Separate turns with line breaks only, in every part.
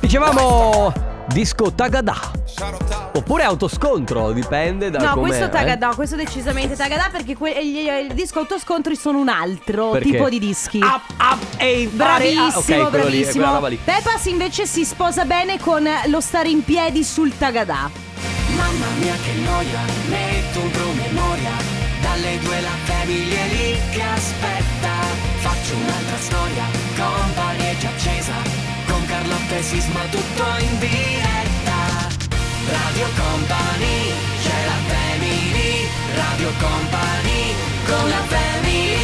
Dicevamo disco tagadà. Oppure autoscontro, dipende da
No,
com'è,
questo
eh.
tagadà, questo decisamente tagadà perché que- gli- il disco autoscontri sono un altro
Perché?
tipo di dischi.
Up, up e impari-
Bravissimo,
ah, ok, quello lì, è quella
bravissimo.
roba lì.
Pepas invece si sposa bene con lo stare in piedi sul tagadà.
Mamma mia che noia, metto un promemoria Dalle due la famiglia è lì che aspetta Faccio un'altra storia, company è già accesa Con Carlotta e Sisma tutto in diretta Radio Company, c'è la family Radio Company, con la family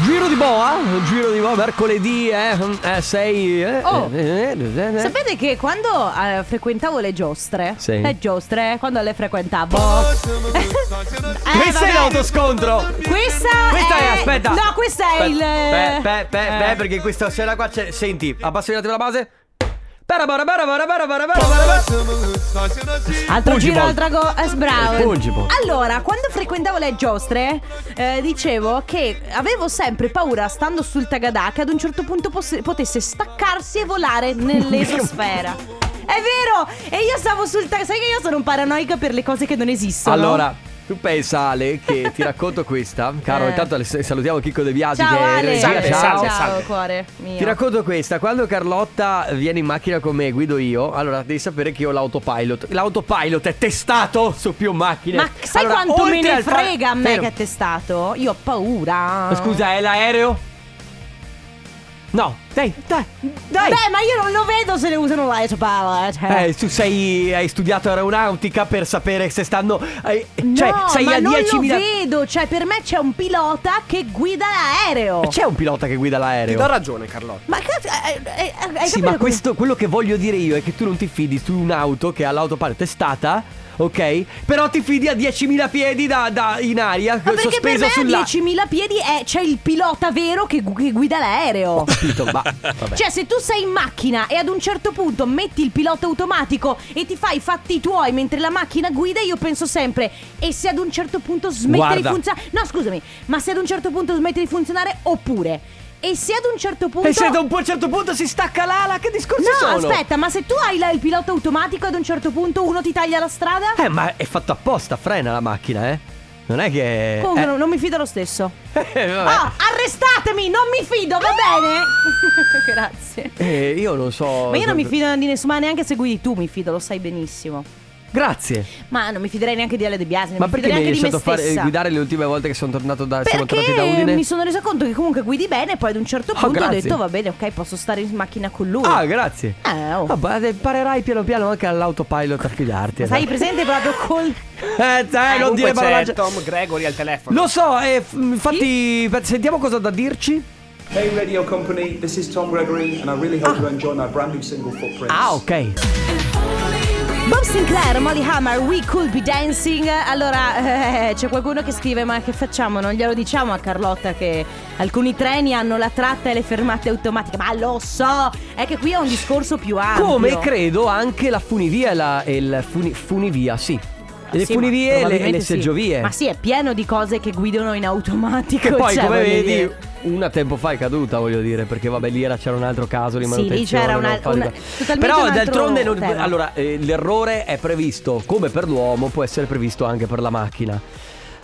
Giro di boa, giro di boa, mercoledì, eh, eh, sei... eh,
Oh.
eh, eh, eh, eh.
Sapete che quando eh, frequentavo le giostre,
Sì.
le giostre, quando le frequentavo, Eh,
Questo è
vabbè.
l'autoscontro!
Questa,
Questa è, aspetta.
No, questa è
Pe-
il. eh.
Pe, pe, pe- pe- perché questa sera qua c'è. Senti, abbassa un attimo la base. Para, para, para, para, para, para, para, para, para.
Altro
Pungi
giro,
ball.
altra go- eh, bravo.
Pungi ball.
Allora, quando frequentavo le giostre, eh, dicevo che avevo sempre paura, stando sul Tagadà, che ad un certo punto posse- potesse staccarsi e volare nell'esosfera. È vero! E io stavo sul Tagadà. Sai che io sono un paranoica per le cose che non esistono.
Allora, tu pensa, Ale, che ti racconto questa. Caro,
Eh.
intanto le- salutiamo Chicco De Biasi. che
Ciao
è in
Ale.
regia. Ciao.
Ciao, cuore mio.
Ti racconto questa, quando Carlotta viene in macchina con me, guido io, allora devi sapere che io ho l'autopilot. L'autopilot è testato su più macchine.
Ma sai
Allora,
quanto me
oltre
ne
al fa-
frega a me
Fermo.
che è testato? Io ho paura.
Ma Scusa, è l'aereo? No, dai, dai, dai.
Beh, ma io non lo vedo se ne usano là, cioè, parla, cioè.
Eh, tu sei, hai studiato aeronautica per sapere se stanno. eh, cioè,
no,
sei
ma
a 10.000.
non lo vedo, cioè per me c'è un pilota che guida l'aereo.
C'è un pilota che guida l'aereo.
ragione Carlotta.
Ma cazzo, eh, eh, eh, hai
sì,
capito
ma questo, quello che voglio dire io è che tu non ti fidi su un'auto che ha l'autopilot testata, ok? Però ti fidi a 10.000 piedi da, da- in aria,
Ma perché
sospeso
per me
sulla.
a 10.000 piedi è- c'è il pilota vero che, gu- che guida l'aereo.
Capito, ma. Vabbè.
Cioè, se tu sei in macchina e ad un certo punto metti il pilota automatico e ti fai i fatti tuoi mentre la macchina guida, io penso sempre. E se ad un certo punto smette
Guarda.
di funzionare. No, scusami, ma se ad un certo punto smette di funzionare, oppure. E se ad un certo punto.
E se da un po- certo punto si stacca l'ala, che discorsi
No,
sono?
aspetta, ma se tu hai la- il pilota automatico ad un certo punto uno ti taglia la strada?
Eh, ma è fatto apposta, frena la macchina, eh? Non è che.
Comunque
eh,
non- non mi fido lo stesso.
eh, vabbè.
Ah, arrestatemi, non mi fido, va bene? Grazie.
Eh, io non so.
Ma io non mi
fido
fido di nessuno, ma neanche se guidi tu mi fido, lo sai benissimo.
Grazie.
Ma non mi fiderei neanche di Ale De Biasi, non
Ma
Eh, mi
perché mi
fiderei
hai
neanche di
lasciato
me
fare,
stessa.
guidare le ultime volte che sono tornato da, siamo tornati da
Perché
Udine? Ah,
mi sono resa conto che comunque guidi bene, poi ad un certo punto ho
grazie.
detto va bene, ok, posso stare in macchina con lui.
Ah, grazie.
Eh, oh.
Vabbè, imparerai piano piano anche all'autopilot a fidarti.
Sai certo.
allora.
presente proprio col
Eh, dai, non dire parolacce.
Tom Gregory al telefono.
Lo so, eh, f- infatti, beh, sentiamo cosa ha da dirci.
Hey Radio Company, this is Tom Gregory and I really
Ah.
hope you're enjoying our brand new single Footprints.
Ah, ok.
Bob Sinclair, Molly Hammer, We Could Be Dancing. Allora, eh, c'è qualcuno che scrive: Ma che facciamo? Non glielo diciamo a Carlotta che alcuni treni hanno la tratta e le fermate automatiche. Ma lo so! È che qui è un discorso più ampio.
Come credo anche la funivia e, la, e il funi- funivia, sì. Le
Sì, ma
funivie e le, e
probabilmente
le
sì.
seggiovie.
Ma sì, è pieno di cose che guidano in automatico.
Che poi,
cioè,
come
voglio
vedi,
dire.
una tempo fa è caduta, voglio dire, perché vabbè, lì era, c'era un altro caso di
Sì,
manutenzione.
lì c'era
non
una-
fa di
una-
qua.
totalmente un
Però
altro
d'altronde, non-
tema.
allora, eh, l'errore è previsto come per l'uomo, può essere previsto anche per la macchina.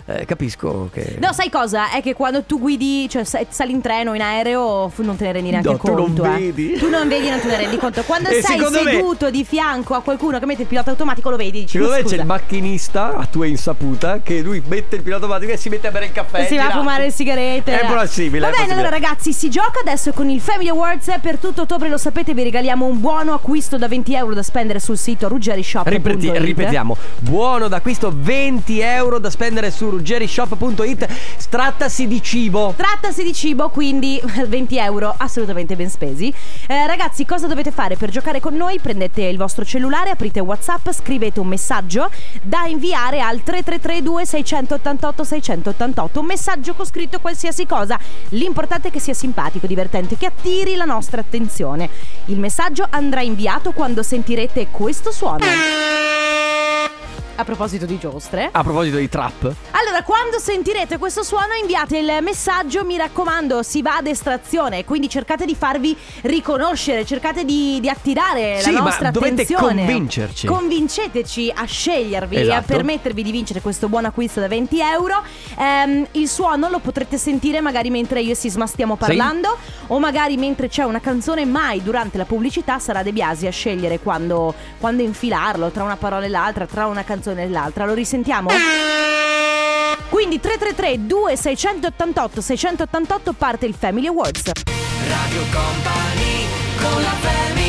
Eh, capisco che.
No, sai cosa? È che quando tu guidi, cioè sa- sali in treno, in aereo, fu- non te ne rendi neanche
No, tu non
conto. eh.
vedi.
Tu non vedi, non te ne rendi conto. Quando
E
sei
secondo me-
seduto di fianco a qualcuno che mette il pilota automatico, lo vedi. Dici,
Secondo me c'è
"Scusa".
il macchinista a tua insaputa che lui mette il pilota automatico e si mette a bere il caffè.
si va a
tira.
fumare le sigarette.
Eh, È
dai.
possibile,
Va
è
bene,
possibile.
allora ragazzi, si gioca adesso con il Family Awards. eh, Per tutto ottobre, lo sapete, vi regaliamo un buono acquisto da 20 euro da spendere sul sito ruggerishop.it.
Ripeti- ripetiamo, buono d'acquisto 20 euro da spendere su ruggerishop.it. Trattasi di cibo.
Trattasi di cibo, quindi 20 euro assolutamente ben spesi. Eh, ragazzi, cosa dovete fare per giocare con noi? Prendete il vostro cellulare, aprite WhatsApp, scrivete un messaggio da inviare al 3332 688 688. Un messaggio con scritto qualsiasi cosa. L'importante è che sia simpatico, divertente, che attiri la nostra attenzione. Il messaggio andrà inviato quando sentirete questo suono. A proposito di giostre.
A proposito di trap,
Allora, quando sentirete questo suono, inviate il messaggio. Mi raccomando, si va ad estrazione. Quindi cercate di farvi riconoscere, cercate di, di attirare
Sì,
la
ma
nostra
dovete
attenzione.
convincerci.
Convinceteci a scegliervi e a
Esatto.
permettervi di vincere questo buon acquisto da 20 euro. Ehm, il suono lo potrete sentire magari mentre io e Sisma stiamo parlando, o magari mentre c'è una canzone. Mai durante la pubblicità sarà De Biasi a scegliere quando, quando infilarlo tra una parola e l'altra, tra una canzone e l'altra. Lo risentiamo? Quindi 333 2688 688 parte il Family Awards.
Radio Company con la family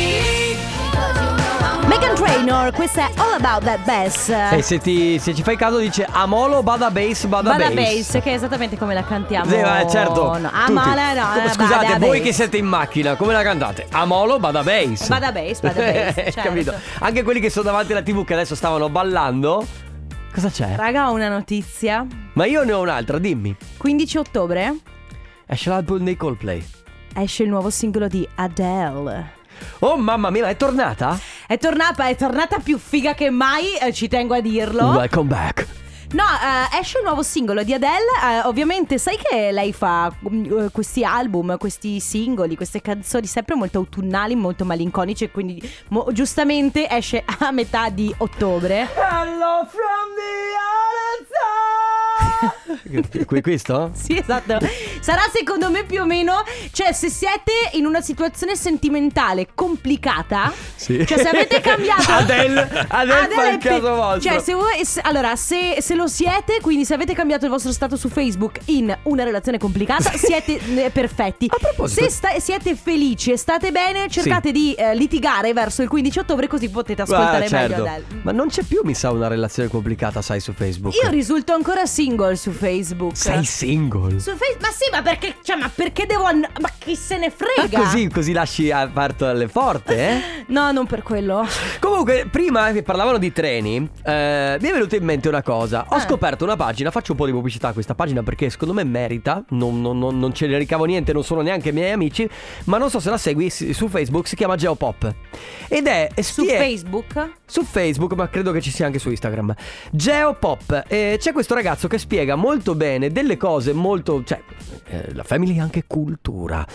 Megan Trainor, questa è All About That Bass.
e se, ti, se ci fai caso dice Amolo bada bass bada,
Bada Bass, che è esattamente come la cantiamo.
Sì, ma certo.
No,
tutti.
Amala, no,
Come-
eh,
Scusate,
Bada
voi
Bass.
che siete in macchina, come la cantate? Amolo bada bass.
Bada bass, bada bass, certo.
Capito? Anche quelli che sono davanti alla TV che adesso stavano ballando. Cosa c'è?
Raga, ho una notizia.
Ma io ne ho un'altra, dimmi.
15 ottobre
Esce l'album dei Coldplay.
esce il nuovo singolo di Adele.
Oh mamma mia, ma è tornata?
È tornata, è tornata più figa che mai, eh, ci tengo a dirlo.
Welcome back.
No, eh, esce un nuovo singolo di Adele. eh, ovviamente, sai che lei fa mm, eh, questi album, questi singoli, queste canzoni sempre molto autunnali, molto malinconici. Quindi, mo- giustamente, esce a metà di ottobre.
Hello from the other side. Que- Questo?
Sì, esatto. Sarà secondo me più o meno. Cioè, se siete in una situazione sentimentale complicata,
Sì.
cioè, se avete cambiato.
Adele- Adele fa il
è pe-
caso vostro.
Cioè, se voi- se- allora, se, se lo siete, quindi se avete cambiato il vostro status su Facebook in una relazione complicata, siete eh, perfetti.
A proposito-
se sta- siete felici e state bene, cercate di eh, litigare verso il 15 ottobre, così potete ascoltare
Ah, certo.
meglio Adele.
Ma non c'è più, mi sa, una relazione complicata, sai, su Facebook.
Io risulto ancora single su Facebook.
Sei single.
Su Facebook, ma sì, ma perché, cioè, ma perché devo, an- ma chi se ne
Ah,
frega?
così, così lasci aperto alle porte, eh?
No, non per quello.
Comunque, prima che parlavano di treni, eh, mi è venuta in mente una cosa. Ho
Ah.
scoperto una pagina, faccio un po' di pubblicità a questa pagina perché secondo me merita. Non, non- non- non ce ne ricavo niente, non sono neanche miei amici. Ma non so se la segui si- su Facebook, si chiama Geopop. Ed è.
Su
spie-
Facebook?
Su Facebook, ma credo che ci sia anche su Instagram. Geopop. Eh, c'è questo ragazzo che spiega molto bene delle cose molto. cioè, eh, la family è anche cultura.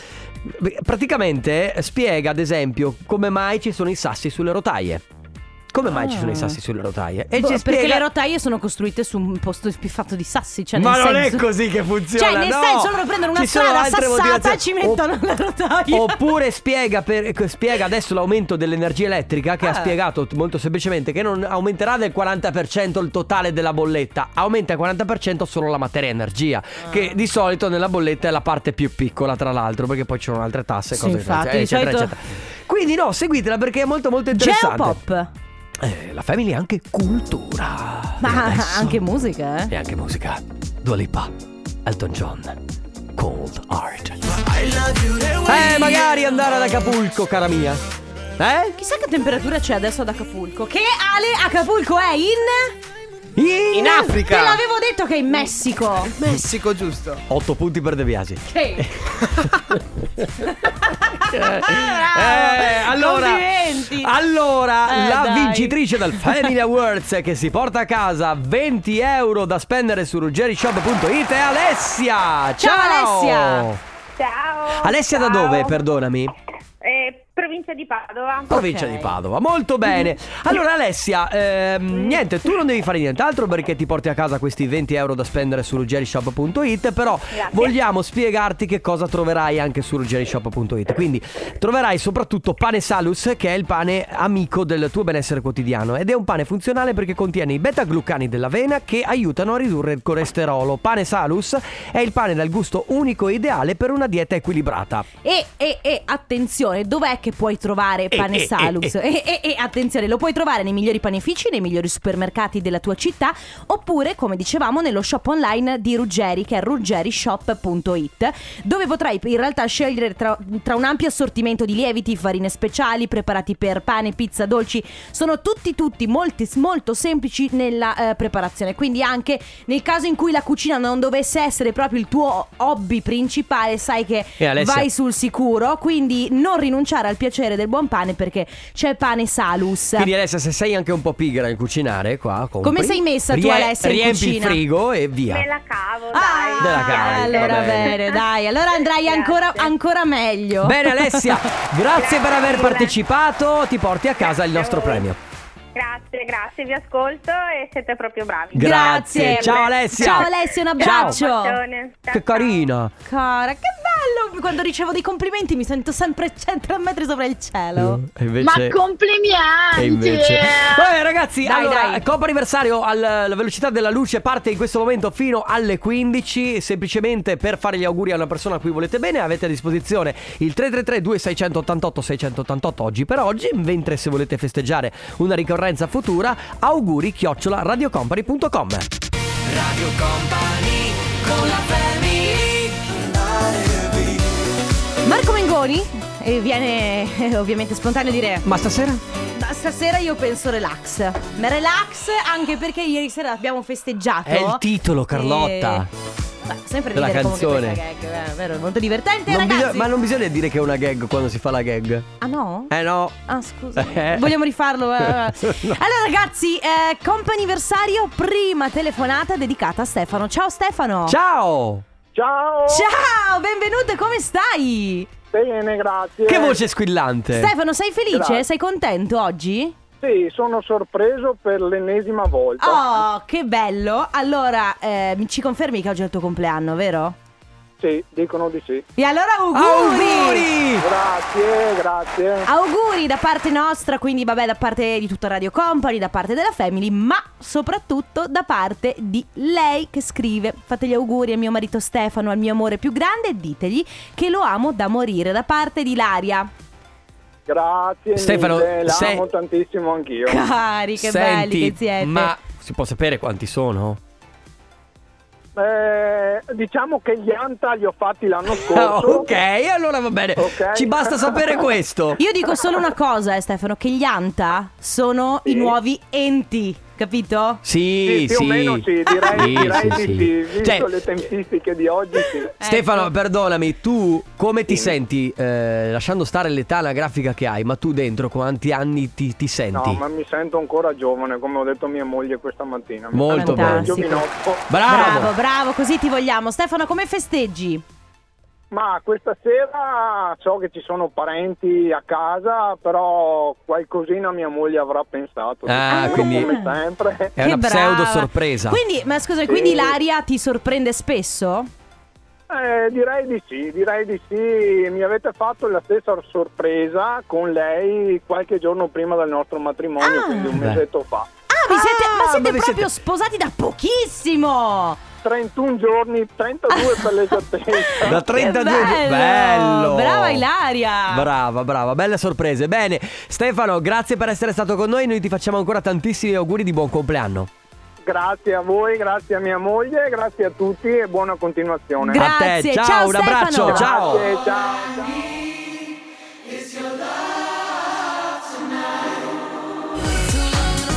Beh, Praticamente eh, spiega, ad esempio, come mai ci sono i sassi sulle rotaie. Come mai ci sono i sassi sulle rotaie? E
Ah. Boh,
ci
perché
spiega.
le rotaie sono costruite su un posto spi- fatto di sassi. Cioè,
ma
nel
non
senso-
è così che funziona.
Cioè, nel
no.
senso, loro prendono una
Ci sono
strada
altre
sassata
motivazioni.
e ci mettono
Opp-
la rotaia.
Oppure spiega, per- eh, spiega adesso l'aumento dell'energia elettrica che ha
Ah.
spiegato molto semplicemente che non aumenterà del 40% il totale della bolletta, aumenta il 40% solo la materia energia,
Ah.
che di solito nella bolletta è la parte più piccola tra l'altro perché poi ci sono altre tasse,
Sì,
cose
infatti, di
eccetera,
solito-
eccetera. Quindi no, seguitela perché è molto molto interessante.
Geopop.
Eh, la family è anche cultura.
Ma
E Eh, adesso-
anche musica, eh.
E anche musica. Dua Lipa, Elton John, Cold Heart. Eh, magari andare ad Acapulco, cara mia. Eh?
Chissà che temperatura c'è adesso ad Acapulco. Che Ale, Acapulco è in.
In
Africa.
Te l'avevo detto che è in Messico.
Messico, giusto.
8 punti per De Biasi.
Che.
Eh, allora,
Ah, Complimenti.
allora
Eh,
la
dai.
vincitrice del Family Awards che si porta a casa 20 euro da spendere su ruggerishop.it è Alessia. Ciao,
Alessia.
Ciao.
Alessia da
ciao.
dove, perdonami?
Eh, provincia di Padova.
Provincia
Ok.
di Padova, molto bene. Allora Alessia, ehm, niente, tu non devi fare nient'altro perché ti porti a casa questi 20 euro da spendere su ruggerishop.it, però vogliamo spiegarti che cosa troverai anche su ruggerishop.it. Quindi troverai soprattutto pane salus che è il pane amico del tuo benessere quotidiano ed è un pane funzionale perché contiene i beta-glucani dell'avena che aiutano a ridurre il colesterolo. Pane salus è il pane dal gusto unico e ideale per una dieta equilibrata.
E, e, e attenzione, dov'è che puoi trovare pane
eh,
Salus? E, e, e, attenzione, lo puoi trovare nei migliori panifici, nei migliori supermercati della tua città oppure, come dicevamo, nello shop online di Ruggeri che è ruggerishop.it dove potrai in realtà scegliere tra, tra un ampio assortimento di lieviti, farine speciali, preparati per pane, pizza, dolci. Sono tutti, tutti molti, molto semplici nella eh, preparazione. Quindi anche nel caso in cui la cucina non dovesse essere proprio il tuo hobby principale, sai che
E Alessia-
vai sul sicuro, quindi non rinunciare al piacere piacere del buon pane perché c'è pane Salus.
Quindi Alessia, se sei anche un po' pigra nel cucinare, qua compri,
Come sei messa tu, Alessia, in
Riempi il
cucina?
frigo e via.
Me la cavo,
Ah,
dai.
Della cava,
allora
va bene.
bene, dai, allora andrai
Grazie.
ancora, ancora meglio.
Bene Alessia, grazie per aver
Grazie.
partecipato, ti porti a casa il
Grazie a
nostro
voi.
premio.
Grazie, grazie, vi ascolto e siete proprio bravi.
Gra- Grazie. Ciao, Alessia.
Ciao Alessia, un
Ciao.
abbraccio.
Un bacione. Ciao, ciao.
Che carina.
Cara, che bello! Quando ricevo dei complimenti mi sento sempre 100 metri sopra il cielo.
E invece...
Ma complimenti!
e invece... Vabbè ragazzi,
Dai,
allora,
dai.
Coppa anniversario alla velocità della luce parte in questo momento fino alle 15, semplicemente per fare gli auguri a una persona a cui volete bene, avete a disposizione il 333-2688-688 oggi per oggi, mentre se volete festeggiare una ricorrenza futura, auguri chiocciola radiocompany.com.
Marco Mengoni e viene eh, ovviamente spontaneo dire
Ma stasera?
"Ma stasera io penso relax. Ma relax anche perché ieri sera abbiamo festeggiato.
È il titolo, Carlotta.
E- Beh, sempre
Della
ridere comunque
canzone.
questa gag, eh, vero? Molto divertente,
Non
ragazzi.
bisogna- ma non bisogna dire che è una gag quando si fa la gag.
Ah no?
Eh no.
Ah scusa,
Eh.
vogliamo rifarlo? eh.
No.
Allora ragazzi, eh, comp'anniversario, prima telefonata dedicata a Stefano. Ciao Stefano!
Ciao!
Ciao!
Ciao, benvenuto, come stai?
Bene, grazie.
Che voce squillante!
Stefano, sei felice?
Grazie.
Sei contento oggi?
Sì, sono sorpreso per l'ennesima volta.
Oh, che bello! Allora, eh, mi- ci confermi che oggi è il tuo compleanno, vero?
Sì, dicono di sì.
E allora auguri!
Auguri!
Grazie, grazie.
Auguri da parte nostra, quindi vabbè da parte di tutta Radio Company, da parte della Family, ma soprattutto da parte di lei che scrive. Fate gli auguri a mio marito Stefano, al mio amore più grande e ditegli che lo amo da morire, da parte di Laria.
Grazie.
Stefano,
mille.
sei-
l'amo tantissimo anch'io.
Cari, che
Senti,
belli che siete.
Ma si può sapere quanti sono?
Eh, diciamo che gli Anta li ho fatti l'anno
Ah,
scorso.
ok, allora va bene.
Oh, Ok.
Ci basta sapere questo.
Io dico solo una cosa, eh, Stefano, che gli Anta sono i
Sì.
nuovi enti, capito?
Sì,
Sì, più
sì.
o meno sì, direi,
Sì,
direi
sì,
di
sì.
sì, visto
Cioè,
le tempistiche di oggi sì.
Ecco.
Stefano, perdonami, tu come ti senti, eh, lasciando stare l'età anagrafica che hai, ma tu dentro quanti anni ti, ti senti?
No, ma mi sento ancora giovane, come ho detto a mia moglie questa mattina. Mi
Molto
sento ancora
bene.
Giovinotto.
Bravo.
bravo, bravo, così ti vogliamo. Stefano, come festeggi?
Ma questa sera so che ci sono parenti a casa, però qualcosina mia moglie avrà pensato.
Ah,
sicuro,
quindi-
come sempre.
È
Che
una
brava.
pseudo sorpresa.
Quindi, ma scusa,
Sì.
Eh.
quindi l'aria ti sorprende spesso? Ah,
Eh, direi di sì, direi di sì. Mi avete fatto la stessa sorpresa con lei qualche giorno prima del nostro matrimonio,
Ah.
quindi un
Beh.
mesetto fa.
Ah, vi siete,
Ah,
ma siete
ma vi siete-
proprio sposati da pochissimo!
31 giorni, 32 per l'esattezza.
Da 32
bello!
bello.
Brava Ilaria!
Brava, brava, belle sorprese. Bene, Stefano, grazie per essere stato con noi. Noi ti facciamo ancora tantissimi auguri di buon compleanno.
Grazie a voi, grazie a mia moglie, grazie a tutti e buona continuazione.
Gra- A
Grazie,
te, ciao, un
Stefano.
abbraccio, ciao.
Grazie, ciao, ciao.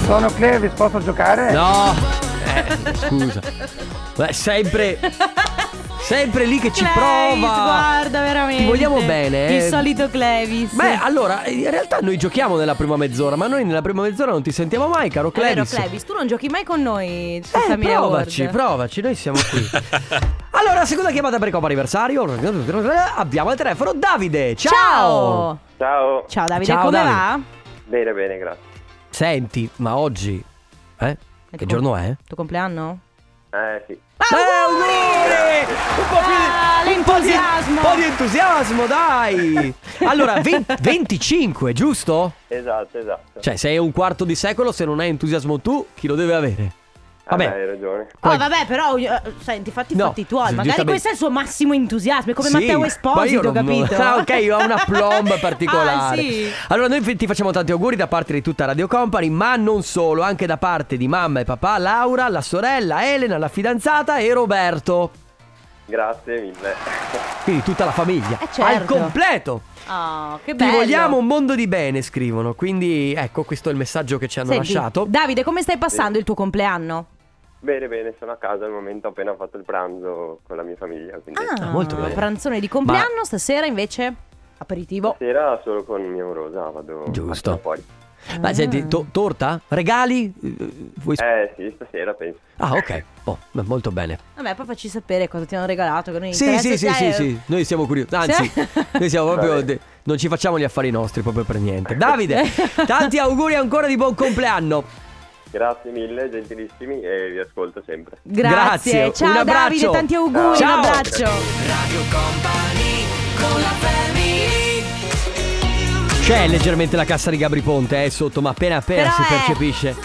Sono Clevis, posso giocare?
No, eh, scusa. Beh, sempre. Sempre lì che ci
Clevis,
prova.
guarda veramente.
Ti vogliamo bene. eh.
Il solito Clevis.
Beh, allora, in realtà noi giochiamo nella prima mezz'ora, ma noi nella prima mezz'ora non ti sentiamo mai, caro
È vero,
Clevis.
Clevis, tu non giochi mai con noi su
Eh,
Family
provaci,
Award.
provaci, noi siamo qui. allora, seconda chiamata per Coppa Anniversario. Abbiamo al telefono Davide. Ciao!
Ciao!
Ciao,
Ciao Davide,
Ciao,
come
Davide.
va?
bene, bene, grazie.
Senti, ma oggi. Eh?
Ecco.
Che giorno è?
Tuo compleanno?
Eh sì.
Eh, auguri! Eh, Un po'
Ah,
più di, un po' di-
l'entusiasmo!
un po' di entusiasmo, dai! Allora, ve- 25, giusto?
Esatto, esatto.
Cioè, sei un quarto di secolo, se non hai entusiasmo tu, chi lo deve avere?
Ah,
Vabbè.
dai, hai ragione.
Poi-
Oh, vabbè, però, eh, senti, fatti i
No,
fatti tuoi. Magari
giustamente.
questo è il suo massimo entusiasmo. È come
Sì,
Matteo
ma io
Esposito,
non- non-
capito?
Ah, ok, io ho una plomba particolare.
Ah, sì.
Allora, noi fi- ti facciamo tanti auguri da parte di tutta Radio Company, ma non solo, anche da parte di mamma e papà, Laura, la sorella, Elena, la fidanzata e Roberto.
Grazie mille.
Quindi tutta la famiglia.
Eh, certo.
Al completo.
Oh, che
Ti
bello.
vogliamo un mondo di bene, scrivono. Quindi ecco, questo è il messaggio che ci hanno
Senti,
lasciato. Eh.
Davide, come stai passando il tuo compleanno?
Bene, bene, sono a casa al momento, ho appena fatto il pranzo con la mia famiglia, quindi
Eh, Ah, molto bene.
Ah, pranzone di compleanno,
Ma-
stasera invece? Aperitivo.
Stasera solo con mia amorosa vado
oh. Giusto.
a cena fuori.
Ma senti,
Mm.
to- torta? Regali? Eh, vuoi-
Eh sì, stasera penso.
Ah, ok. Oh, beh, molto bene.
Vabbè, poi facci sapere cosa ti hanno regalato. Che Eh, noi
Sì, sì, sì, sì, sì. Noi siamo curiosi. Anzi,
Sì.
noi siamo proprio.
Vabbè.
de- non ci facciamo gli affari nostri proprio per niente. Davide, tanti auguri ancora di buon compleanno.
Grazie mille, gentilissimi e vi ascolto sempre.
Grazie.
Grazie,
Ciao
un abbraccio.
Davide, tanti auguri.
Ciao.
Un abbraccio.
C'è leggermente la cassa di Gabri Ponte, eh, sotto, ma appena appena
Però
si
è-
percepisce.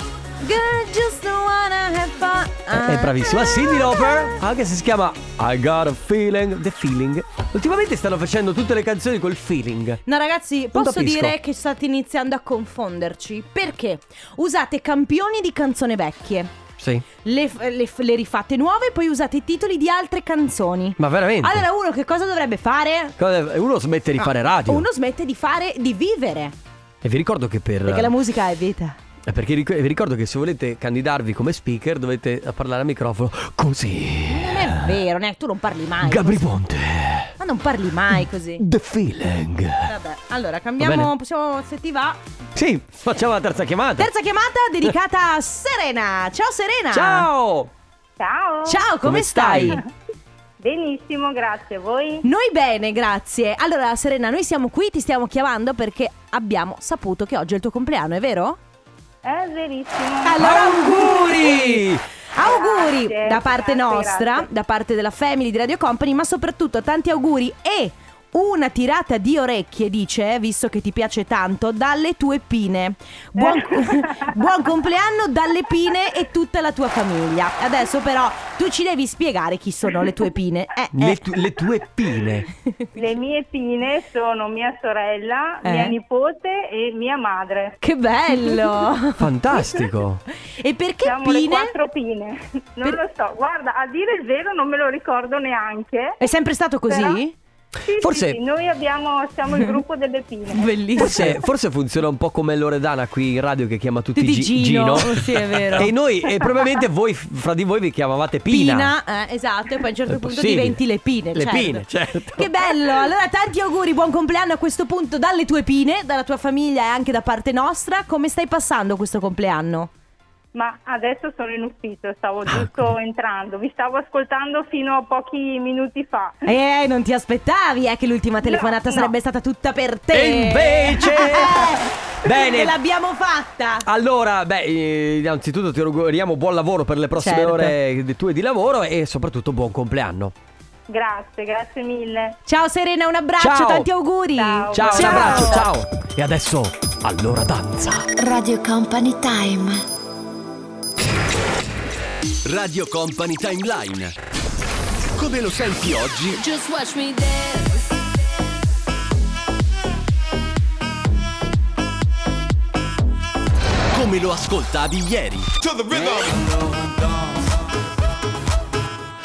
Girl, just wanna have fun.
È
Ah.
bravissima Cindy Lauper, anche se si chiama I Got a Feeling, The Feeling. Ultimamente stanno facendo tutte le canzoni col feeling.
No ragazzi, posso
capisco.
dire che state iniziando a confonderci perché usate campioni di canzoni vecchie,
Sì.
le, le- le rifate nuove e poi usate i titoli di altre canzoni.
Ma veramente?
Allora uno che cosa dovrebbe fare?
Cosa- Uno smette di fare radio.
Uno smette di fare, di vivere,
E vi ricordo che per.
perché la musica è vita.
Eh, Perché ric- vi ricordo che se volete candidarvi come speaker dovete parlare al microfono così.
Non è vero, ne- tu non parli mai.
Eh. Gabri Ponte,
Ma non parli mai così.
The Feeling.
Vabbè, allora
Va
cambiamo,
bene.
possiamo, se ti va.
Sì, facciamo la terza chiamata.
Terza chiamata dedicata a Serena. Ciao Serena.
Ciao!
Ciao.
Ciao, come,
Come stai?
stai?
Benissimo, grazie. Voi?
Noi bene, grazie. Allora, Serena, noi siamo qui, ti stiamo chiamando perché abbiamo saputo che oggi è il tuo compleanno, è vero?
È verissimo.
Allora,
Auguri!
Eh. auguri
Grazie,
da
grazie,
parte nostra,
grazie.
da parte della family di Radio Company, ma soprattutto tanti auguri e una tirata di orecchie, dice, visto che ti piace tanto, dalle tue pine. Buon, buon compleanno dalle pine e tutta la tua famiglia. Adesso però tu ci devi spiegare chi sono le tue pine. Eh,
Le,
eh.
tu- le tue pine.
Le mie pine sono mia sorella,
Eh?
mia nipote e mia madre.
Che bello!
Fantastico.
E perché
Siamo le
Pine?
quattro pine. Non
Per-
lo so, guarda, a dire il vero non me lo ricordo neanche.
È sempre stato così?
Però- Sì,
Forse-
sì, sì, noi abbiamo, siamo il gruppo delle pine.
Bellissimo. Cioè,
Forse, forse funziona un po' come Loredana qui in radio che chiama tutti
Tutti
Gi-
Gino.
Gino.
Sì, è vero.
E noi, e probabilmente voi, fra di voi vi chiamavate Pina.
Pina, eh, esatto, e poi a un certo
È
punto
possibile.
diventi le pine.
Le
certo.
pine, certo.
Che bello! Allora, tanti auguri, buon compleanno a questo punto dalle tue pine, dalla tua famiglia e anche da parte nostra. Come stai passando questo compleanno?
Ma adesso sono in ufficio,
Ah,
stavo giusto entrando. Vi stavo ascoltando fino a pochi minuti fa.
Eh, non ti aspettavi, eh, che l'ultima telefonata
no.
sarebbe stata tutta per te.
E invece- Bene.
Te l'abbiamo fatta.
Allora, beh, eh, innanzitutto ti auguriamo buon lavoro per le prossime
Certo.
ore di- tue di lavoro e soprattutto buon compleanno.
Grazie, grazie mille.
Ciao Serena, un abbraccio,
Ciao.
tanti auguri.
Ciao.
Ciao, un
Ciao.
abbraccio, ciao. E adesso, allora danza.
Radio Company Time.
Radio Company Timeline. Come lo senti oggi? Come lo ascoltavi ieri?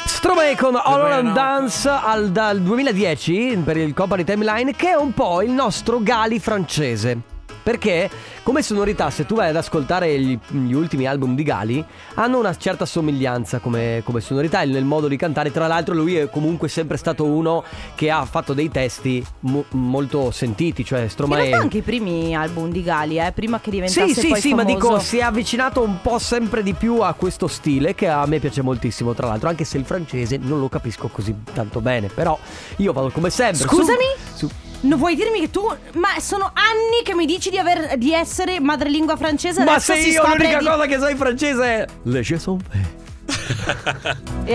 Stromae con All Around Dance al, dal 2010 per il Company Timeline che è un po' il nostro Gali francese. Perché come sonorità, se tu vai ad ascoltare gli, gli ultimi album di Gali, hanno una certa somiglianza come, come sonorità e nel modo di cantare. Tra l'altro lui è comunque sempre stato uno che ha fatto dei testi mo- molto sentiti, cioè
In
Stromae...
realtà anche i primi album di Gali, eh, prima che diventasse
Sì, sì,
poi
sì, ma
famoso.
dico, si è avvicinato un po' sempre di più a questo stile che a me piace moltissimo, tra l'altro, anche se il francese non lo capisco così tanto bene, però io vado come sempre. su-
Scusami?
su-
Non vuoi dirmi che tu. Ma sono anni che mi dici di, aver, di essere madrelingua francese.
Ma
adesso
se
si
io
scopre
l'unica
di-
cosa che so in francese è... Le chanson.
E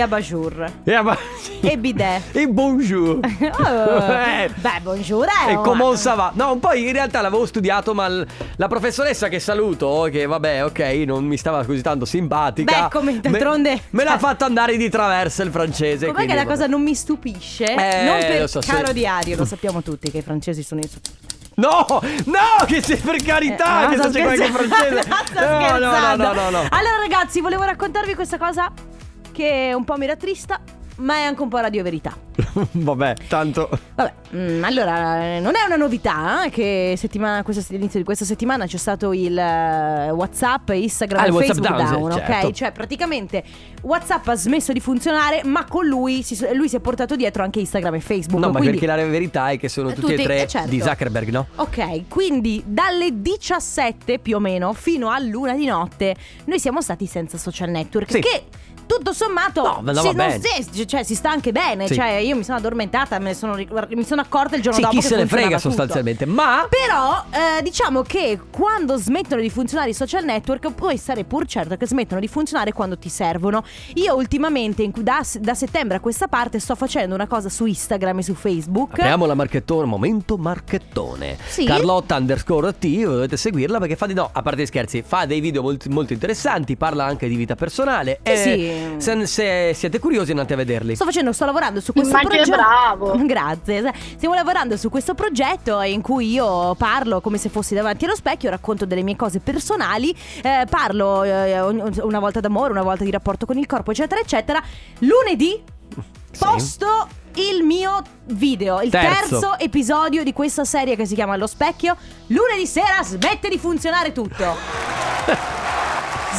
abajour.
Eh, ma-
E bidet.
E bonjour.
Oh,
Eh.
Beh, eh, oh, buongiorno.
E come sa va? No, poi in realtà l'avevo studiato, ma l- la professoressa che saluto, che vabbè, ok, non mi stava così tanto simpatica.
Beh, come
me-
d'altronde-
Me, l'ha fatta andare di traverso il francese.
Com'è
quindi
che la
vabbè.
cosa non mi stupisce?
Eh,
non per
lo so, sì.
caro diario, lo sappiamo tutti che i francesi sono insopportabili.
No, no, che sei per carità,
Eh,
che
no,
sto
sto
cercando anche
scherzando.
francese.
No, sto
No, no, no,
scherzando.
no, no, no.
Allora, ragazzi, volevo raccontarvi questa cosa che un po' mi rattrista. ma è anche un po' radio verità.
Vabbè, tanto.
Vabbè, mm, allora, eh, non è una novità eh, che settimana, questa, all'inizio di questa settimana c'è stato il eh, WhatsApp, Instagram
Ah,
e
il WhatsApp
Facebook down,
down, sì, certo.
ok? Cioè, praticamente WhatsApp ha smesso di funzionare, ma con lui si, lui si è portato dietro anche Instagram e Facebook.
No, ma
quindi-
perché la verità è che sono tutti,
Tutti,
e tre
eh, certo.
di Zuckerberg, no?
Ok, quindi dalle 17 più o meno fino all'una di notte noi siamo stati senza social network.
Sì.
Che tutto sommato
No, ma no,
si,
va
non
bene.
si- cioè, si sta anche bene.
Sì.
Cioè, io mi sono addormentata, me ne sono, ric- mi sono accorta il giorno
Sì,
dopo.
chi
che
se ne frega
funzionava tutto.
sostanzialmente, ma
Però eh, diciamo che quando smettono di funzionare i social network puoi stare pur certo che smettono di funzionare quando ti servono. Io ultimamente, in cui- da, da settembre a questa parte, sto facendo una cosa su Instagram e su Facebook.
Apriamo la marchettone, momento marchettone.
Sì.
Carlotta underscore T, dovete seguirla perché fa di no, a parte gli scherzi, fa dei video molto, molto interessanti, parla anche di vita personale.
Sì,
e
sì.
Se, se siete curiosi andate a vederli.
Sto facendo, sto lavorando su questo
Ma che
progetto.
bravo!
Grazie. Stiamo lavorando su questo progetto in cui io parlo come se fossi davanti allo specchio, racconto delle mie cose personali, eh, parlo eh, ogni- una volta d'amore, una volta di rapporto con il corpo, eccetera, eccetera. Lunedì
Sì.
posto il mio video, il
Terzo.
terzo. episodio di questa serie che si chiama Allo specchio. Lunedì sera smette di funzionare tutto.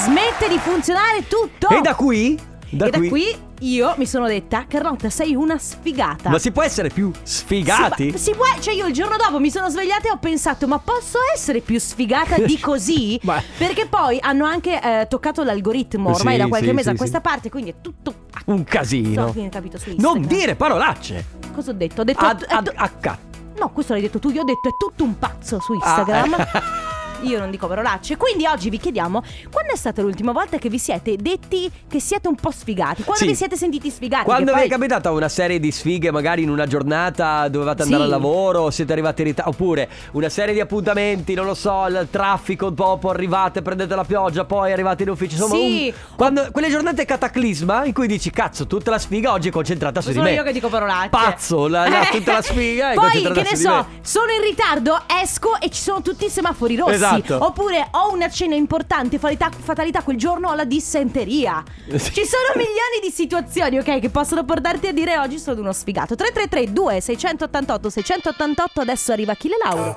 smette di funzionare tutto.
E da qui?
E da qui io mi sono detta, Carlotta, sei una sfigata.
Ma si può essere più sfigati?
Si, ma- si può, cioè io il giorno dopo mi sono svegliata e ho pensato, ma posso essere più sfigata di così?
Ma-
Perché poi hanno anche eh, toccato l'algoritmo ormai
Sì,
da qualche
sì,
mese
sì,
a questa
sì.
parte, quindi è tutto a
Un casino.
Alla fine, capito, su Instagram. eh,
non dire parolacce.
Cosa ho detto? Ho detto...
Ad,
ho
ad,
detto-
H.
no, questo l'hai detto tu, io ho detto è tutto un pazzo su Instagram.
Ah,
Io non dico parolacce, quindi oggi vi chiediamo quando è stata l'ultima volta che vi siete detti che siete un po' sfigati? Quando
Sì.
vi siete sentiti sfigati?
Quando
Che
vi è
poi-
capitata una serie di sfighe, magari in una giornata dovevate andare
Sì.
al lavoro, siete arrivati in ritardo, oppure una serie di appuntamenti, non lo so, il traffico, dopo arrivate, prendete la pioggia, poi arrivate in ufficio. Insomma,
Sì.
un- quando- quelle giornate cataclisma in cui dici cazzo, tutta la sfiga oggi è concentrata su di
sono
me.
io che dico parolacce. Eh.
Pazzo, la- la- tutta la sfiga è
Poi,
concentrata
che
su
ne
di
so,
me.
sono in ritardo, esco e ci sono tutti i semafori rossi.
Esatto.
Oppure ho una cena importante, fatalità- fatalità quel giorno ho la dissenteria.
Sì.
Ci sono milioni di situazioni, ok, che possono portarti a dire oggi sono uno sfigato. 333 2688 688 adesso arriva Achille Lauro.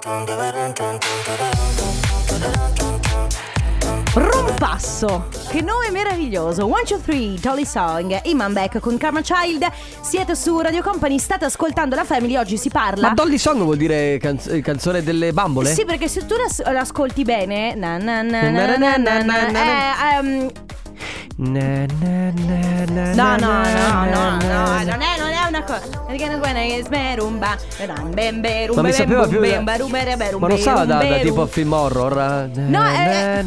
Rompasso, che nome meraviglioso. 1, 2, 3, Jolly Song, Iman Beck con Karma Child. Siete su Radio Company, state ascoltando la Family, oggi si parla.
Ma Dolly Song vuol dire canz- canzone delle bambole?
Sì, perché se tu l'as- l'ascolti bene, na na na
Na
na
na
na na
na na.
eh, ehm,
Na, na, na, na, na, na,
No, eh, ehm, no, no, no,
na,
no,
na.
non è, non è una cosa. Perché non è smerumba.
Ma mi sapeva più da- Ma non stava
sa
da, da tipo film horror
No, eh,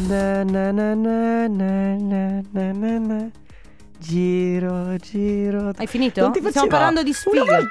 eh.
Giro, giro
Hai finito?
Non ti
Stiamo
faceva-
parlando di sfiga.
Una volta-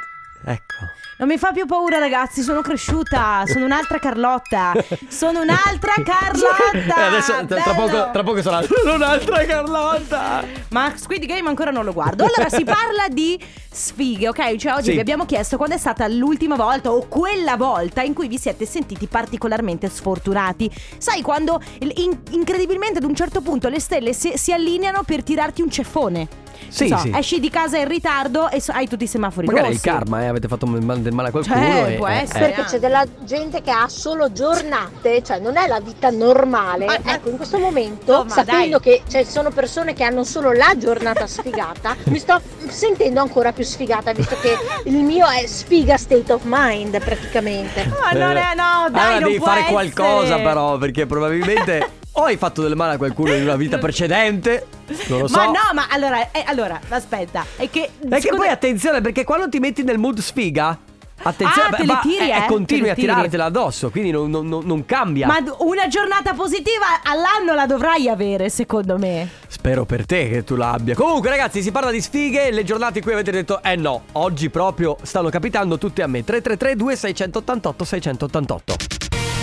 Ecco
Non mi fa più paura, ragazzi. Sono cresciuta. Sono un'altra Carlotta. Sono un'altra Carlotta.
Eh, adesso tra- tra
Bello.
poco, tra poco sarà Sono un'altra Carlotta
Ma Squid Game ancora non lo guardo. Allora si parla di sfighe, ok? Cioè oggi
Sì.
vi abbiamo chiesto quando è stata l'ultima volta o quella volta in cui vi siete sentiti particolarmente sfortunati. Sai quando il- in- incredibilmente ad un certo punto le stelle si, si allineano per tirarti un ceffone. Non
Sì,
so,
sì.
Esci di casa in ritardo e so- hai tutti i semafori
Magari è
rossi.
il karma eh, Avete fatto mal- del male a qualcuno
Cioè,
e-
può
eh,
essere.
eh.
Perché c'è della gente che ha solo giornate, cioè non è la vita normale.
eh,
Ma- ma-
ecco, in questo momento,
No, ma
sapendo
dai.
che ci sono persone che hanno solo la giornata sfigata, mi sto sentendo ancora più sfigata, visto che il mio è sfiga state of mind praticamente.
Ma Ah, non è, no, dai,
Allora Eh,
non
ah, devi
può
fare
essere.
qualcosa però Perché probabilmente O hai fatto del male a qualcuno in una vita precedente Non lo so
Ma no, ma allora, eh, allora, aspetta, è che
E che
secondo-
poi attenzione perché quando ti metti nel mood sfiga Attenzione,
Ah,
beh,
te le
va-
tiri,
eh,
eh,
continui
te le
a
tiri.
tirartela addosso, quindi non, non- non- non cambia.
Ma d- una giornata positiva all'anno la dovrai avere, secondo me.
Spero per te che tu la abbia. Comunque, ragazzi, si parla di sfighe. Le giornate in cui avete detto, eh no, oggi proprio stanno capitando tutte a me. 333-2688-688.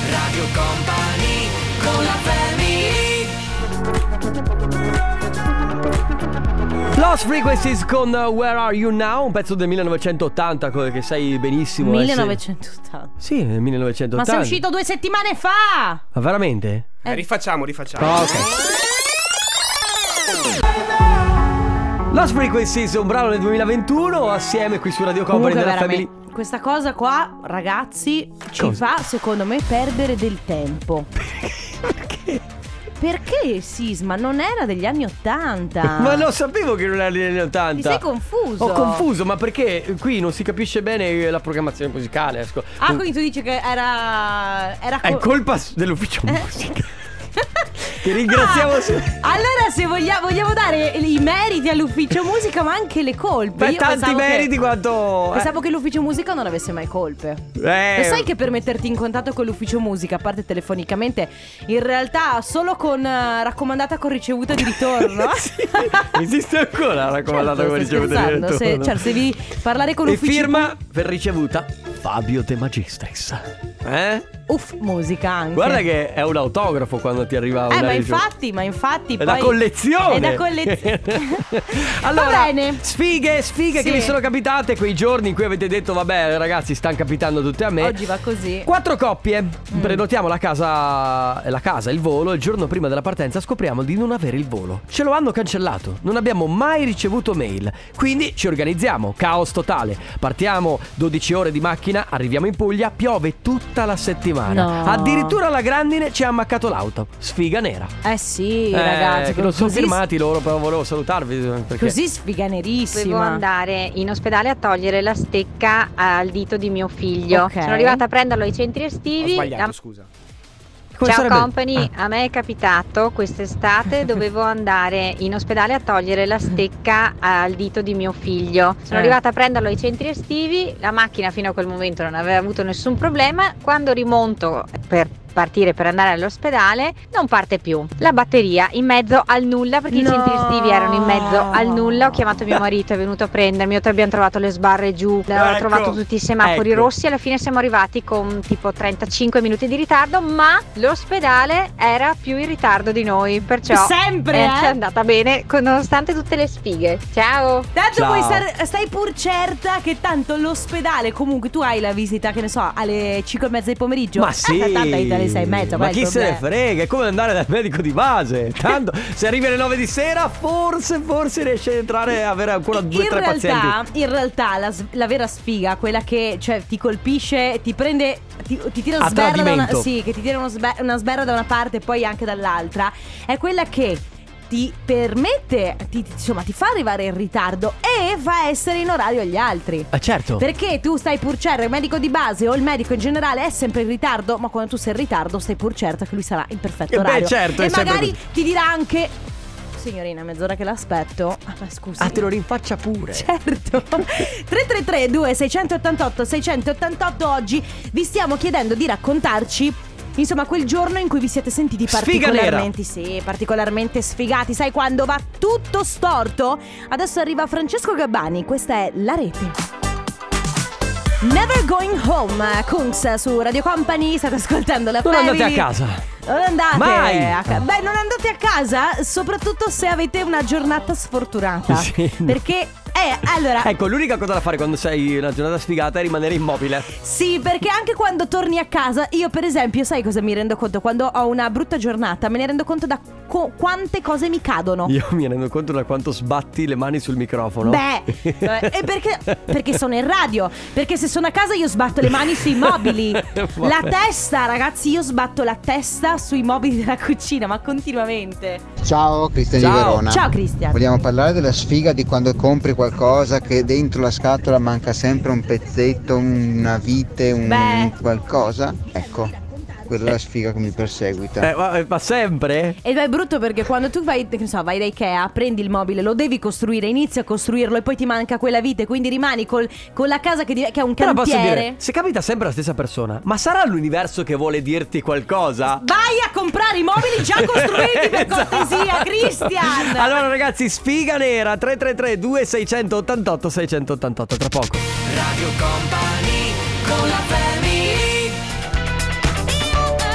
Radio Company con la Lost Frequencies con Where Are You Now, un pezzo del 1980 quello che sai benissimo. eh, sì.
1980.
Sì, nel 1980.
Ma sei uscito due settimane fa!
Ma veramente?
Eh, rifacciamo, rifacciamo.
Ah, ok. Lost Frequencies è un brano del 2021 assieme qui su Radio Company
Comunque,
della
veramente,
Family.
questa cosa qua, ragazzi, ci
Cosa?
fa, secondo me, perdere del tempo. Perché Sisma non era degli anni Ottanta?
Ma lo sapevo che non era degli anni 80.
Ti sei confuso.
Ho confuso, ma perché qui non si capisce bene la programmazione musicale. asco-
Ah, oh. quindi tu dici che era. era
È
co-
colpa s- dell'ufficio musica. Ti ringraziamo.
Eh. Ah,
se-
allora, se voglia- vogliamo dare i meriti all'ufficio musica, ma anche le colpe.
Beh,
Io
tanti
pensavo che-
meriti quanto. eh.
Pensavo che l'ufficio musica non avesse mai colpe.
Eh,
Lo sai che per metterti in contatto con l'ufficio musica, a parte telefonicamente, in realtà solo con eh, raccomandata con ricevuta di ritorno?
Esiste ancora la raccomandata
Certo,
come
sto
ricevuta di
scherzando,
ritorno.
se, certo, se devi parlare con
E
l'ufficio
firma per ricevuta Fabio De Magistris. Eh?
Uff, musica anche.
Guarda che è un autografo quando ti arriva una
Eh, ma
ricevuta.
infatti, ma infatti.
È da
poi-
collezione.
È da collezione.
allora,
Va bene.
sfighe, sfighe
Sì.
che vi sono capitate quei giorni in cui avete detto vabbè ragazzi stanno capitando tutte a me.
Oggi va così.
Quattro coppie,
Mm.
prenotiamo la casa, la casa, il volo, il giorno prima della partenza scopriamo di non avere il volo. Ce lo hanno cancellato, non abbiamo mai ricevuto mail, quindi ci organizziamo, caos totale. Partiamo 12 ore di macchina, arriviamo in Puglia, piove tutta la settimana.
No.
Addirittura la grandine ci ha ammaccato l'auto, sfiga nera.
Eh sì,
Eh,
ragazzi.
che non sono
così-
firmati loro, però volevo salutarvi. eh, Perché...
Così sfiganerissima.
Dovevo andare in ospedale a togliere la stecca al dito di mio figlio.
Ok.
Sono arrivata a prenderlo ai centri estivi.
sbagliato,
La-
scusa.
Come
Ciao
sarebbe-
company, a me è capitato quest'estate dovevo andare in ospedale a togliere la stecca al dito di mio figlio. Sono
Eh.
arrivata a prenderlo ai centri estivi, la macchina fino a quel momento non aveva avuto nessun problema, quando rimonto per partire per andare all'ospedale non parte più la batteria in mezzo al nulla perché
No.
i centri estivi erano in mezzo al nulla ho chiamato mio marito è venuto a prendermi oltre abbiamo trovato le sbarre giù abbiamo
Ecco,
trovato tutti i semafori
ecco.
rossi rossi, alla fine siamo arrivati con tipo 35 minuti di ritardo, ma l'ospedale era più in ritardo di noi, perciò
Sempre,
eh,
eh?
ci è andata bene, con- nonostante tutte le sfighe. Ciao!
Tanto
Ciao.
puoi star- stai pur certa che tanto l'ospedale, comunque tu hai la visita, che ne so, alle 5 e mezza di pomeriggio.
Ma sì,
Eh, tanto hai dalle 6 e mezza.
ma
qual è il
chi se ne
problema?
frega? È come andare dal medico di base. Tanto se arrivi alle 9 di sera, forse, forse riesci ad entrare e avere ancora due o
in
tre
realtà,
pazienti.
in realtà la, s- la vera sfiga, quella che cioè, ti colpisce, ti prende, ti, ti tira una
A
sberla da una,
tradimento.
sì, che ti tira uno sbe- una sberla da una parte e poi anche dall'altra, è quella che ti permette, ti- insomma, ti fa arrivare in ritardo e fa essere in orario agli altri.
Ah, certo.
Perché tu stai pur certo, il medico di base o il medico in generale è sempre in ritardo, ma quando tu sei in ritardo stai pur certa che lui sarà in perfetto
Eh beh,
orario.
certo,
e
è sempre
magari
così.
ti dirà anche Signorina, mezz'ora che l'aspetto. Ah, ma scusi.
Ah, te lo rinfaccia pure.
Certo. 333 2688 688 oggi vi stiamo chiedendo di raccontarci Insomma, quel giorno in cui vi siete sentiti
Sfiga
particolarmente, sì, particolarmente sfigati, sai quando va tutto storto? Adesso arriva Francesco Gabbani, questa è La Rete. Never Going Home, eh, Kungs su Radio Company, state ascoltando la
Non andate a
Family.
casa.
Non andate
Mai. Ah.
a casa. Beh, non andate a casa, soprattutto se avete una giornata sfortunata.
Sì.
Perché, eh, allora,
Ecco, l'unica cosa da fare quando sei in una giornata sfigata è rimanere immobile.
sì, perché anche quando torni a casa, io per esempio, sai cosa mi rendo conto? Quando ho una brutta giornata, me ne rendo conto da co- quante cose mi cadono.
Io mi rendo conto da quanto sbatti le mani sul microfono.
Beh, eh, e perché, perché sono in radio? Perché se sono a casa io sbatto le mani sui mobili. La
Vabbè.
testa, ragazzi, io sbatto la testa sui mobili della cucina, ma continuamente.
Ciao Cristian
Ciao.
di Verona.
Ciao, Cristian.
Vogliamo parlare della sfiga di quando compri qualcosa che dentro la scatola manca sempre un pezzetto, una vite, un
Beh.
qualcosa? Ecco, quella è la sfiga che mi perseguita.
Eh, ma, ma sempre?
Ed è brutto perché quando tu vai, che ne so, vai da Ikea, prendi il mobile, lo devi costruire, inizi a costruirlo e poi ti manca quella vite, quindi rimani col- con la casa che, div- che è un
Però
cantiere.
posso dire, se capita sempre la stessa persona, ma sarà l'universo che vuole dirti qualcosa?
Vai a comprare i mobili già costruiti per
Esatto.
cortesia, Christian!
Allora ragazzi, sfiga nera 333 2688 688 tra poco.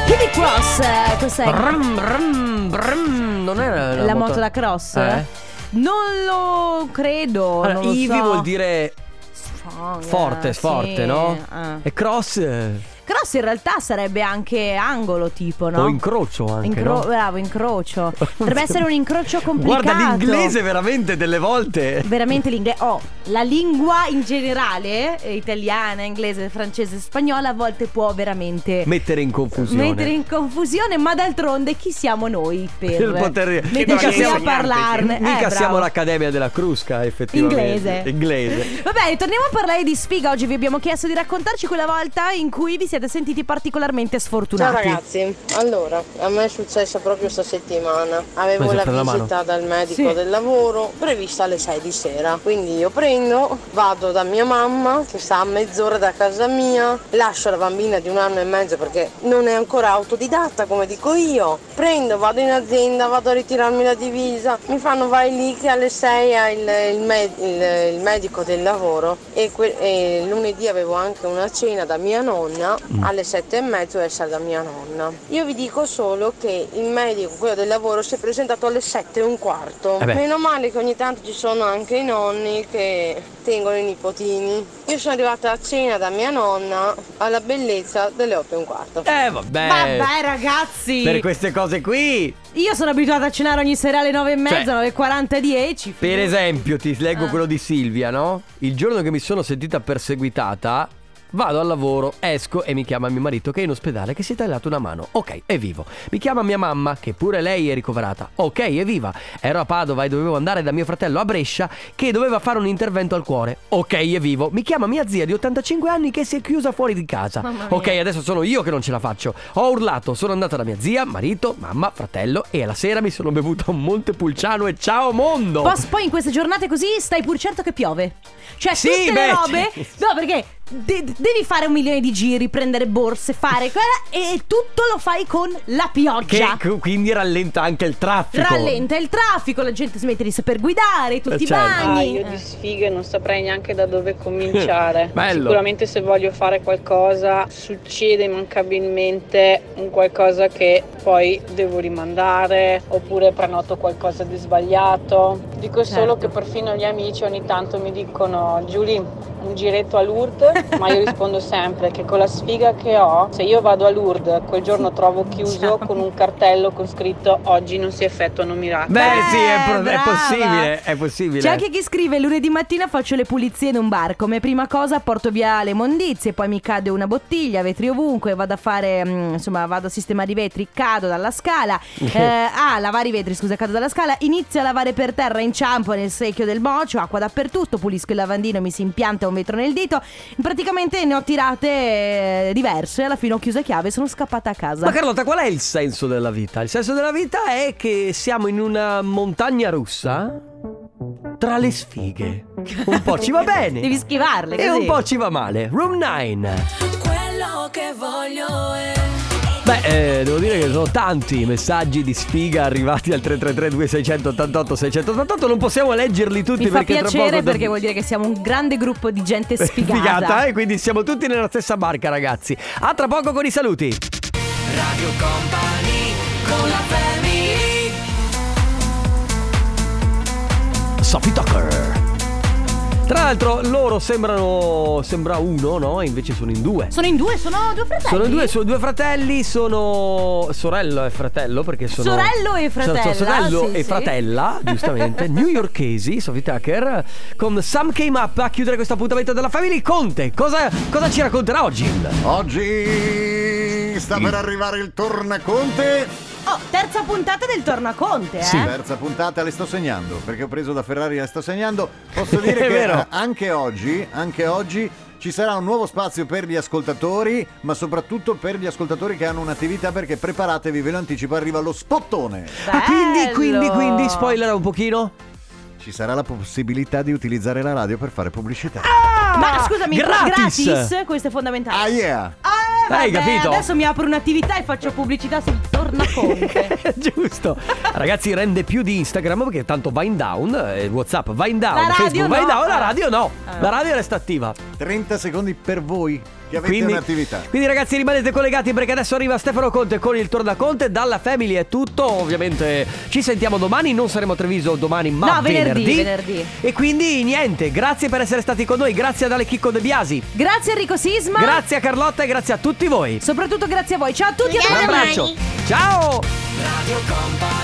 Kitty Cross, eh, questa è
Brum, brum, brum. Non era
la moto da cross.
Eh?
Non lo credo.
Allora,
Oh, non lo
Ivi
so.
vuol dire
Strong,
forte,
eh,
forte,
sì,
no?
eh.
E cross eh,
Cross in realtà sarebbe anche angolo tipo, no?
O incrocio anche, no?
Bravo, incrocio. Potrebbe essere un incrocio complicato.
Guarda l'inglese veramente delle volte.
Veramente l'inglese. Oh, la lingua in generale, eh, italiana, inglese, francese, spagnola, a volte può veramente
Mettere in confusione.
mettere in confusione, ma d'altronde chi siamo noi per,
Per poter- Che
metterci
dobbiamo
a parlarne? Eh,
Mica
bravo.
siamo l'Accademia della Crusca, effettivamente.
Inglese.
Inglese.
Va bene, torniamo a parlare di sfiga. Oggi vi abbiamo chiesto di raccontarci quella volta in cui vi siete sentiti particolarmente
Ciao
sfortunati.
ragazzi, allora a me è successa proprio questa settimana. Avevo
Presa
la
per la mano?
visita dal medico
Sì.
del lavoro prevista alle 6 di sera. Quindi io prendo, vado da mia mamma che sta a mezz'ora da casa mia, lascio la bambina di un anno e mezzo perché non è ancora autodidatta come dico io. Prendo, vado in azienda, vado a ritirarmi la divisa, mi fanno vai lì che alle 6 ha il, il med- il- il medico del lavoro e, que- e lunedì avevo anche una cena da mia nonna
Mm.
alle 7 e mezzo esce da mia nonna. Io vi dico solo che il medico, quello del lavoro, si è presentato alle 7 e un quarto.
Eh beh.
Meno male che ogni tanto ci sono anche i nonni che tengono i nipotini. Io sono arrivata a cena da mia nonna alla bellezza delle 8 e un quarto.
Eh vabbè.
Vabbè ragazzi,
Per queste cose qui.
io sono abituata a cenare ogni sera alle 9 e mezza,
Cioè-
9.40, 10.
Per esempio, ti leggo
Eh.
Ah.
quello di Silvia, no? Il giorno che mi sono sentita perseguitata, vado al lavoro, esco e mi chiama mio marito che è in ospedale che si è tagliato una mano. Ok, è vivo. Mi chiama mia mamma, che pure lei è ricoverata. Ok, è viva. Ero a Padova e dovevo andare da mio fratello a Brescia che doveva fare un intervento al cuore. Ok, è vivo. Mi chiama mia zia di 85 anni che si è chiusa fuori di casa.
Mamma mia.
Ok, adesso sono io che non ce la faccio. Ho urlato, sono andata da mia zia, marito, mamma, fratello e alla sera mi sono bevuta un Montepulciano e ciao mondo!
Pos- poi in queste giornate così stai pur certo che piove. Cioè,
Sì,
tutte
beh,
le robe.
sì.
No, perché de- devi fare un milione di giri, prendere borse, fare quella- e tutto lo fai con la
Che
pioggia.
cu- quindi rallenta anche il traffico.
Rallenta il traffico, la gente smette di saper guidare, tutti
Eh, certo.
i bagni.
io di sfighe non saprei neanche da dove cominciare.
Bello.
Sicuramente se voglio fare qualcosa succede immancabilmente un qualcosa che poi devo rimandare oppure prenoto qualcosa di sbagliato. Dico solo che perfino gli amici ogni tanto mi dicono Giulie un giretto a Lourdes, ma io rispondo sempre che con la sfiga che ho, se io vado a Lourdes quel giorno trovo chiuso con un cartello con scritto oggi non si effettuano miracoli.
Beh, sì, è, pro- è
brava.
possibile, è possibile.
C'è anche chi scrive lunedì mattina faccio le pulizie in un bar, come prima cosa porto via le mondizie, poi mi cade una bottiglia, vetri ovunque, vado a fare, mm, insomma vado a sistemare i vetri, cado dalla scala, eh, ah lavare i vetri scusa, cado dalla scala, inizio a lavare per terra, inciampo nel secchio del mocio, acqua dappertutto, pulisco il lavandino, mi si impianta un vetro nel dito, praticamente ne ho tirate eh, diverse, alla fine ho chiuso a chiave e sono scappata a casa.
Ma Carlotta, qual è il senso della vita? Il senso della vita è che siamo in una montagna russa tra le sfighe. Un po' ci va bene.
Devi schivarle
E
così.
un po' ci va male. Room 9.
Quello che voglio è
Beh, eh, devo dire che sono tanti i messaggi di sfiga arrivati al 333 2688 688. Non possiamo leggerli tutti
Mi fa
perché tra
piacere
poco
perché vuol dire che siamo un grande gruppo di gente sfigata.
Figata, e eh, quindi siamo tutti nella stessa barca, ragazzi. A tra poco con i saluti.
Radio Company con la family
Sophie Tucker. Tra l'altro loro sembrano sembra uno, no? Invece sono in due.
Sono in due, sono due fratelli.
Sono in due, sono due fratelli, sono sorello e fratello perché sono
Sorello e
Sono- sono
fratella,
sorello
sì,
e
sì.
fratella, giustamente, newyorkesi, Sophie Tucker con Sam Came Up a chiudere questo appuntamento della Family Conte. Cosa, cosa ci racconterà oggi?
Oggi sta
Mm.
per arrivare il tornaconte.
Eh?
Oh, terza puntata del Tornaconte, eh?
Terza puntata, le sto segnando perché ho preso da Ferrari e le sto segnando. Posso dire
È
che
vero.
eh, anche oggi, anche oggi ci sarà un nuovo spazio per gli ascoltatori, ma soprattutto per gli ascoltatori che hanno un'attività perché preparatevi, ve lo anticipo, arriva lo spottone.
Ah, quindi, quindi, quindi, spoiler un pochino.
Ci sarà la possibilità di utilizzare la radio per fare pubblicità.
Ah!
Ma scusami,
gratis!
gratis, questo è fondamentale.
Ah, yeah.
Eh, vabbè,
Hai capito?
Adesso mi apro un'attività e faccio pubblicità sul Tornaconte.
Giusto. Ragazzi, rende più di Instagram perché tanto va in down, eh, WhatsApp va in down,
La radio
Facebook va in
no.
down, la radio no.
Ah.
La radio resta attiva.
30 secondi per voi che avete
Quindi-
un'attività.
Quindi ragazzi rimanete collegati perché adesso arriva Stefano Conte con il Tornaconte. Dalla Family è tutto. Ovviamente ci sentiamo domani. Non saremo a Treviso domani, ma
no, venerdì, venerdì.
E quindi niente, grazie per essere stati con noi. Grazie ad Ale Chicco De Biasi.
Grazie Enrico Sisma.
Grazie a Carlotta e grazie a tutti voi.
Soprattutto grazie a voi. Ciao a tutti, a
Un
domani.
abbraccio. Ciao.
Radio Company